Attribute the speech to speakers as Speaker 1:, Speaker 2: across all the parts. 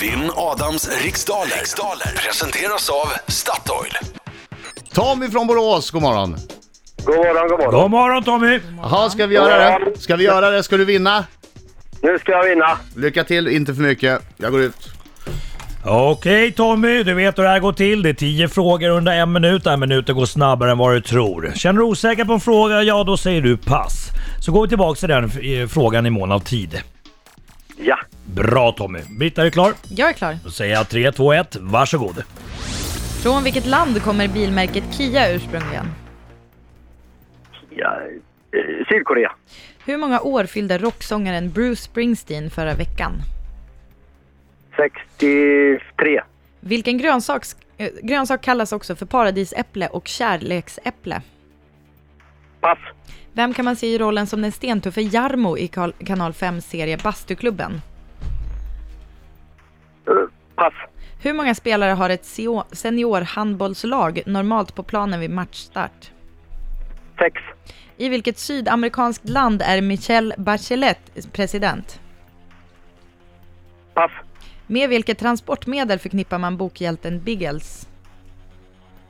Speaker 1: Vinn Adams riksdaler. riksdaler presenteras av Statoil.
Speaker 2: Tommy från Borås, god morgon.
Speaker 3: God morgon, god morgon.
Speaker 4: God morgon Tommy!
Speaker 2: Jaha, ska vi göra det? Ska vi göra det? Ska du vinna?
Speaker 3: Nu ska jag vinna.
Speaker 2: Lycka till, inte för mycket. Jag går ut.
Speaker 4: Okej Tommy, du vet hur det här går till. Det är 10 frågor under en minut. Den här minuten går snabbare än vad du tror. Känner du osäker på en fråga, ja då säger du pass. Så går vi tillbaka till den eh, frågan i mån av tid.
Speaker 3: Ja.
Speaker 4: Bra Tommy! Britta, är du klar?
Speaker 5: Jag är klar.
Speaker 4: Då säger jag 3, 2, 1, varsågod.
Speaker 5: Från vilket land kommer bilmärket Kia ursprungligen?
Speaker 3: ja. eh, Sydkorea.
Speaker 5: Hur många år fyllde rocksångaren Bruce Springsteen förra veckan?
Speaker 3: 63.
Speaker 5: Vilken grönsak, eh, grönsak kallas också för paradisäpple och kärleksäpple?
Speaker 3: Pass.
Speaker 5: Vem kan man se i rollen som den stentuffe Jarmo i Karl- kanal 5 serie Bastuklubben?
Speaker 3: Eh, Pass.
Speaker 5: Hur många spelare har ett seo- seniorhandbollslag normalt på planen vid matchstart?
Speaker 3: 6.
Speaker 5: I vilket sydamerikanskt land är Michelle Bachelet president?
Speaker 3: Pass.
Speaker 5: Med vilket transportmedel förknippar man bokhjälten Biggles?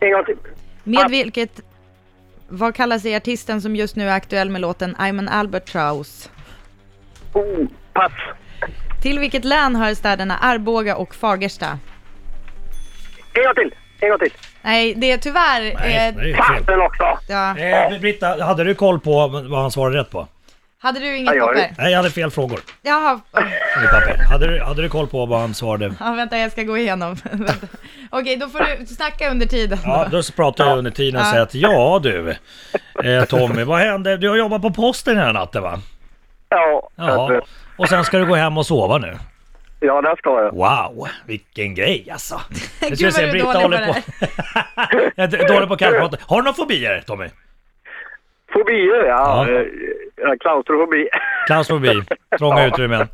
Speaker 3: En gång till.
Speaker 5: Med
Speaker 3: Pass.
Speaker 5: vilket... Vad kallar sig artisten som just nu är aktuell med låten I'm an Albatross?
Speaker 3: Oh, pass.
Speaker 5: Till vilket län hör städerna Arboga och Fagersta?
Speaker 3: En gång till. En gång till.
Speaker 5: Nej, det är tyvärr...
Speaker 4: Nej,
Speaker 5: eh,
Speaker 4: det är ju fel.
Speaker 3: Passen också.
Speaker 5: ja.
Speaker 4: Eh, Britta, hade du koll på vad han svarade rätt på?
Speaker 5: Hade du
Speaker 3: Ja,
Speaker 5: inget
Speaker 3: jag har
Speaker 5: papper?
Speaker 4: Nej, jag hade fel frågor.
Speaker 5: Jaha,
Speaker 4: Inget papper. Hade du, hade du koll på vad han svarade?
Speaker 5: ja, vänta jag ska gå igenom. Vänta. Okej, då får du snacka under tiden.
Speaker 4: Ja, då pratar jag under tiden och säger att ja du eh, Tommy, vad hände? Du har jobbat på posten den här natten va?
Speaker 3: Ja,
Speaker 4: Ja.
Speaker 3: alltså,
Speaker 4: Och sen ska du gå hem och sova nu?
Speaker 3: ja, där ska jag.
Speaker 4: Wow, vilken grej alltså! Nu
Speaker 5: Gud, vad du är dålig på
Speaker 4: Jag är dålig på kallprat. Har du några fobier Tommy?
Speaker 3: Fobier, ja.
Speaker 4: Ja.
Speaker 3: Eh, ja. Klaustrofobi.
Speaker 4: Klaustrofobi, trånga utrymmen.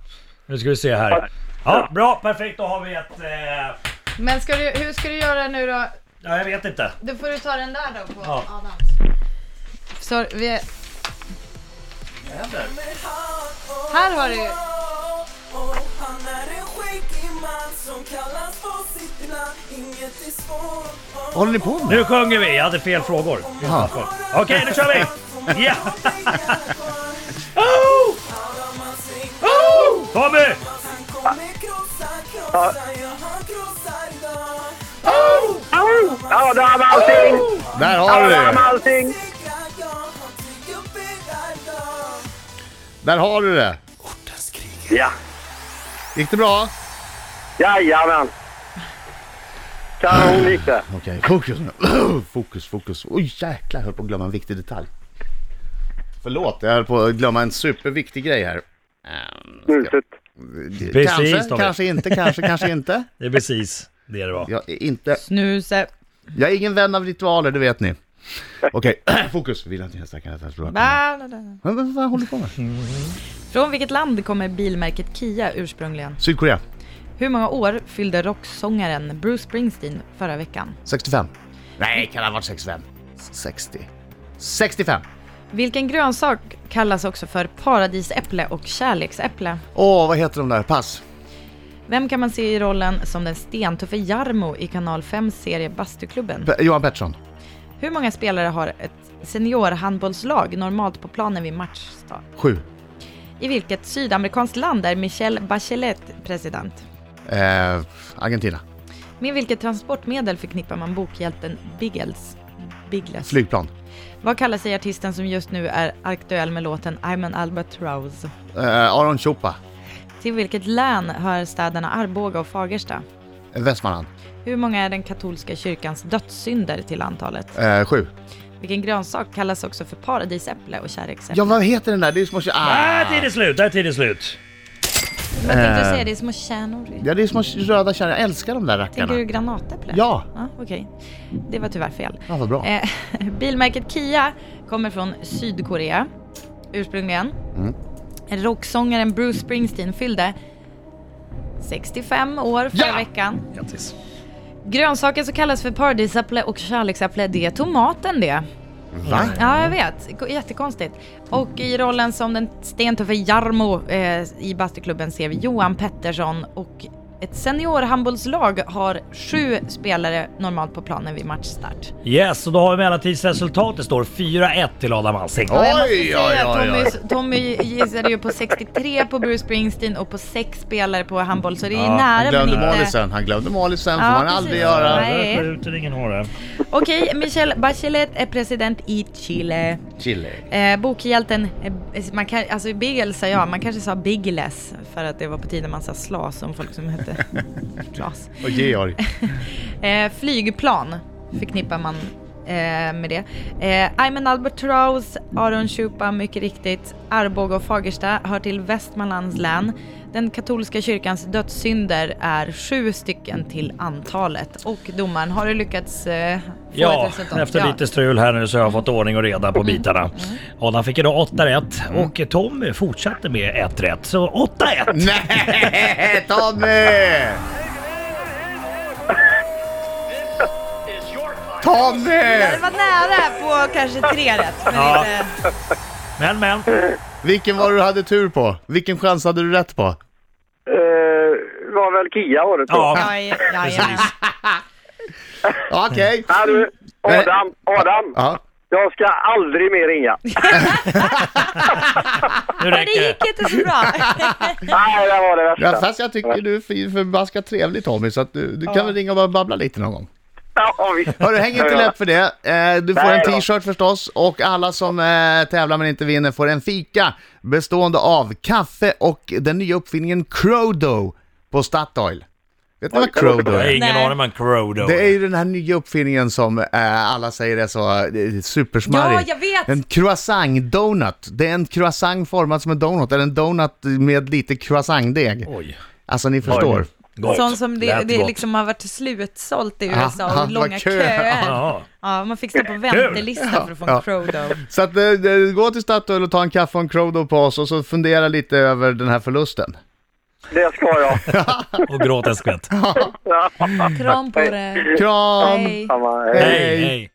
Speaker 4: Nu ska vi se här. Ja, bra, perfekt. Då har vi ett... Eh,
Speaker 5: Men ska du, hur ska du göra nu då?
Speaker 4: ja, jag vet inte.
Speaker 5: Då får du ta den där då på
Speaker 4: Ja.
Speaker 5: Adams. Så, vi... Här har du ju.
Speaker 6: Och han är en skäggig man som kallas på sitt namn Inget är svårt
Speaker 2: Håller ni på med?
Speaker 4: Nu sjunger vi. Jag hade fel frågor.
Speaker 2: Jaha.
Speaker 4: Okej, nu kör vi! Ja! Oh! Oh! Tommy! Oh! Oh!
Speaker 3: Ja, där har vi allting!
Speaker 2: Där har
Speaker 3: Ja,
Speaker 2: du
Speaker 3: där har vi
Speaker 2: det!
Speaker 3: allting!
Speaker 2: Där har du det!
Speaker 3: Ja.
Speaker 2: Gick det bra?
Speaker 3: Jajamän. Kanon gick det.
Speaker 2: Okej, fokus nu. Fokus, fokus. Oj jäklar, jag höll på att glömma en viktig detalj. Förlåt, jag höll på att glömma en superviktig grej här. Ehm,
Speaker 3: Snuset.
Speaker 4: Precis,
Speaker 2: kanske,
Speaker 4: Tommy.
Speaker 2: kanske inte, kanske, kanske inte.
Speaker 4: Det är precis det det var.
Speaker 2: Jag är inte...
Speaker 5: Snuse.
Speaker 2: Jag är ingen vän av ritualer, det vet ni. Okej, fokus. Vill inte jag stackare att jag slår upp.
Speaker 5: Ba, da, da, da.
Speaker 2: Men Vad fan håller du på med?
Speaker 5: Från vilket land kommer bilmärket Kia ursprungligen?
Speaker 2: Sydkorea,
Speaker 5: Hur många år fyllde rocksångaren Bruce Springsteen förra veckan?
Speaker 2: 65. Nej, kan det ha varit 65? 60. 65.
Speaker 5: Vilken grönsak kallas också för paradisäpple och kärleksäpple?
Speaker 2: Åh, vad heter de där? Pass.
Speaker 5: Vem kan man se i rollen som den stentuffe Jarmo i kanal 5 serie Bastuklubben?
Speaker 2: Pe- Johan Pettersson.
Speaker 5: Hur många spelare har ett seniorhandbollslag normalt på planen vid matchstart?
Speaker 2: 7.
Speaker 5: I vilket sydamerikanskt land är Michelle Bachelet president?
Speaker 2: Eh, Argentina.
Speaker 5: Med vilket transportmedel förknippar man bokhjälten Biggles? Biggles.
Speaker 2: Flygplan.
Speaker 5: Vad kallar sig artisten som just nu är aktuell med låten I'm an Albert Rose?
Speaker 2: Eh, Aron Chopa.
Speaker 5: Till vilket län hör städerna Arboga och Fagersta?
Speaker 2: Eh, Västmanland.
Speaker 5: Hur många är den katolska kyrkans dödssynder till antalet?
Speaker 2: Eh, 7.
Speaker 5: Vilken grönsak kallas också för paradisäpple och kärleksäpple?
Speaker 2: Ja, vad heter den där? Det är små kär-
Speaker 4: Där
Speaker 2: ah!
Speaker 4: Äh, är tiden slut, där är tiden slut.
Speaker 5: Vad tänkte du säga? Det är små kärnor.
Speaker 2: eh, Ja, det är små röda kärnor. Jag älskar de där rackarna.
Speaker 5: Tänker du granatäpple?
Speaker 2: Ja.
Speaker 5: ja Okej. Det var tyvärr fel.
Speaker 2: Ja, vad bra.
Speaker 5: Eh, bilmärket Kia kommer från Sydkorea ursprungligen.
Speaker 2: Mm.
Speaker 5: Rocksångaren Bruce Springsteen fyllde 65 år förra
Speaker 2: Ja!
Speaker 5: veckan.
Speaker 4: Grattis.
Speaker 5: Grönsaken som kallas för paradisäpple och kärleksäpple, det är tomaten det.
Speaker 2: Va?
Speaker 5: Ja, jag vet. Ko- Jättekonstigt. Och i rollen som den stentuffe Jarmo eh, i bastuklubben ser vi Johan Pettersson och Ett seniorhandbollslag har sju spelare normalt på planen vid matchstart.
Speaker 4: Yes, och då har vi mellantidsresultatet står 4-1 till Adam Alsing.
Speaker 2: Ja.
Speaker 5: jag måste
Speaker 2: Oj,
Speaker 5: säga
Speaker 2: oj,
Speaker 5: att
Speaker 2: oj,
Speaker 5: Tommy,
Speaker 2: oj.
Speaker 5: Tommy gissade ju på 63 på Bruce Springsteen och på sex spelare på handboll, så det är
Speaker 4: Ja,
Speaker 2: Han
Speaker 5: nära eh, men
Speaker 2: glömde
Speaker 5: inte...
Speaker 2: målisen, han glömde målisen, får
Speaker 5: Ja,
Speaker 2: man
Speaker 5: precis.
Speaker 2: aldrig göra.
Speaker 5: Nej.
Speaker 4: Skjuter ingen hare.
Speaker 5: Okej, Michelle Bachelet är president i Chile.
Speaker 2: Chile.
Speaker 5: Eh, bokhjälten, eh, man kan, alltså Bigel sa jag, man kanske sa Bigeles för att det var på tiden man sa slas som folk som hette slas.
Speaker 2: Och Georg.
Speaker 5: Eh, flygplan förknippar man eh, med det. Eh, Ayman Albatross, Aron Chupa, mycket riktigt. Arboga och Fagersta hör till Västmanlands län. Den katolska kyrkans dödssynder är sju stycken till antalet. Och domaren, har du lyckats eh, få ett
Speaker 4: Ja,
Speaker 5: resultat? Mm.
Speaker 4: efter lite strul här nu så har jag fått ordning och reda på bitarna. Adam fick idag 8 rätt och Tommy fortsatte med 1 rätt. Så 8-1!
Speaker 2: Nej, Tommy! Tommy!
Speaker 5: Det var nära på kanske tre rätt, men
Speaker 4: Ja.
Speaker 5: inte...
Speaker 4: Men men,
Speaker 2: Vilken var det du hade tur på? Vilken chans hade du rätt på?
Speaker 3: Eh, var väl Kia året då?
Speaker 4: ja.
Speaker 5: Ja, ja, ja,
Speaker 4: Precis.
Speaker 2: Okej.
Speaker 3: Nej, Mm. du, Adam, Adam.
Speaker 2: Ja.
Speaker 3: Jag ska aldrig mer ringa.
Speaker 4: Nu
Speaker 5: Men det
Speaker 4: räcker det.
Speaker 5: gick inte så bra.
Speaker 3: Nej, det var det
Speaker 2: Ja,
Speaker 3: värsta.
Speaker 2: fast jag tycker du är fin- förbaskat trevlig Tommy, så att du, du kan väl ringa och bara babbla lite någon gång.
Speaker 3: Ja, visst.
Speaker 2: Hörru, häng inte läpp för det. Eh, Du får
Speaker 3: Nej
Speaker 2: en
Speaker 3: då.
Speaker 2: t-shirt förstås och alla som eh, tävlar men inte vinner får en fika bestående av kaffe och den nya uppfinningen Crodo på Statoil. Vet ni vad Crodo
Speaker 4: Jag har
Speaker 2: är?
Speaker 4: ingen
Speaker 5: Nej.
Speaker 4: aning om Crodo.
Speaker 2: Det är ju den här nya uppfinningen som eh, alla säger är så eh, supersmarrig.
Speaker 5: Ja, jag vet!
Speaker 2: En croissant-donut. Det är en croissant formad som en donut, eller en donut med lite croissantdeg.
Speaker 4: Oj.
Speaker 2: Alltså ni förstår.
Speaker 4: Oj. Gott.
Speaker 5: Sånt som det,
Speaker 4: Lät
Speaker 5: det
Speaker 4: gott.
Speaker 5: liksom har varit slutsålt i
Speaker 2: Ja,
Speaker 5: USA
Speaker 2: ja,
Speaker 5: och
Speaker 2: det
Speaker 5: långa
Speaker 2: var kö.
Speaker 5: köer.
Speaker 4: Ja.
Speaker 5: Ja, man fick stå på väntelista för att få en
Speaker 2: Ja.
Speaker 5: Crodo.
Speaker 2: Så att, eh, eh, gå till Statoil och ta en kaffe och en Crodo på oss och så fundera lite över den här förlusten.
Speaker 3: Det ska jag.
Speaker 4: Och gråt en skvätt.
Speaker 5: Kram på dig.
Speaker 2: Kram!
Speaker 5: Hej.
Speaker 3: Samma, eh,
Speaker 4: Hej, hej.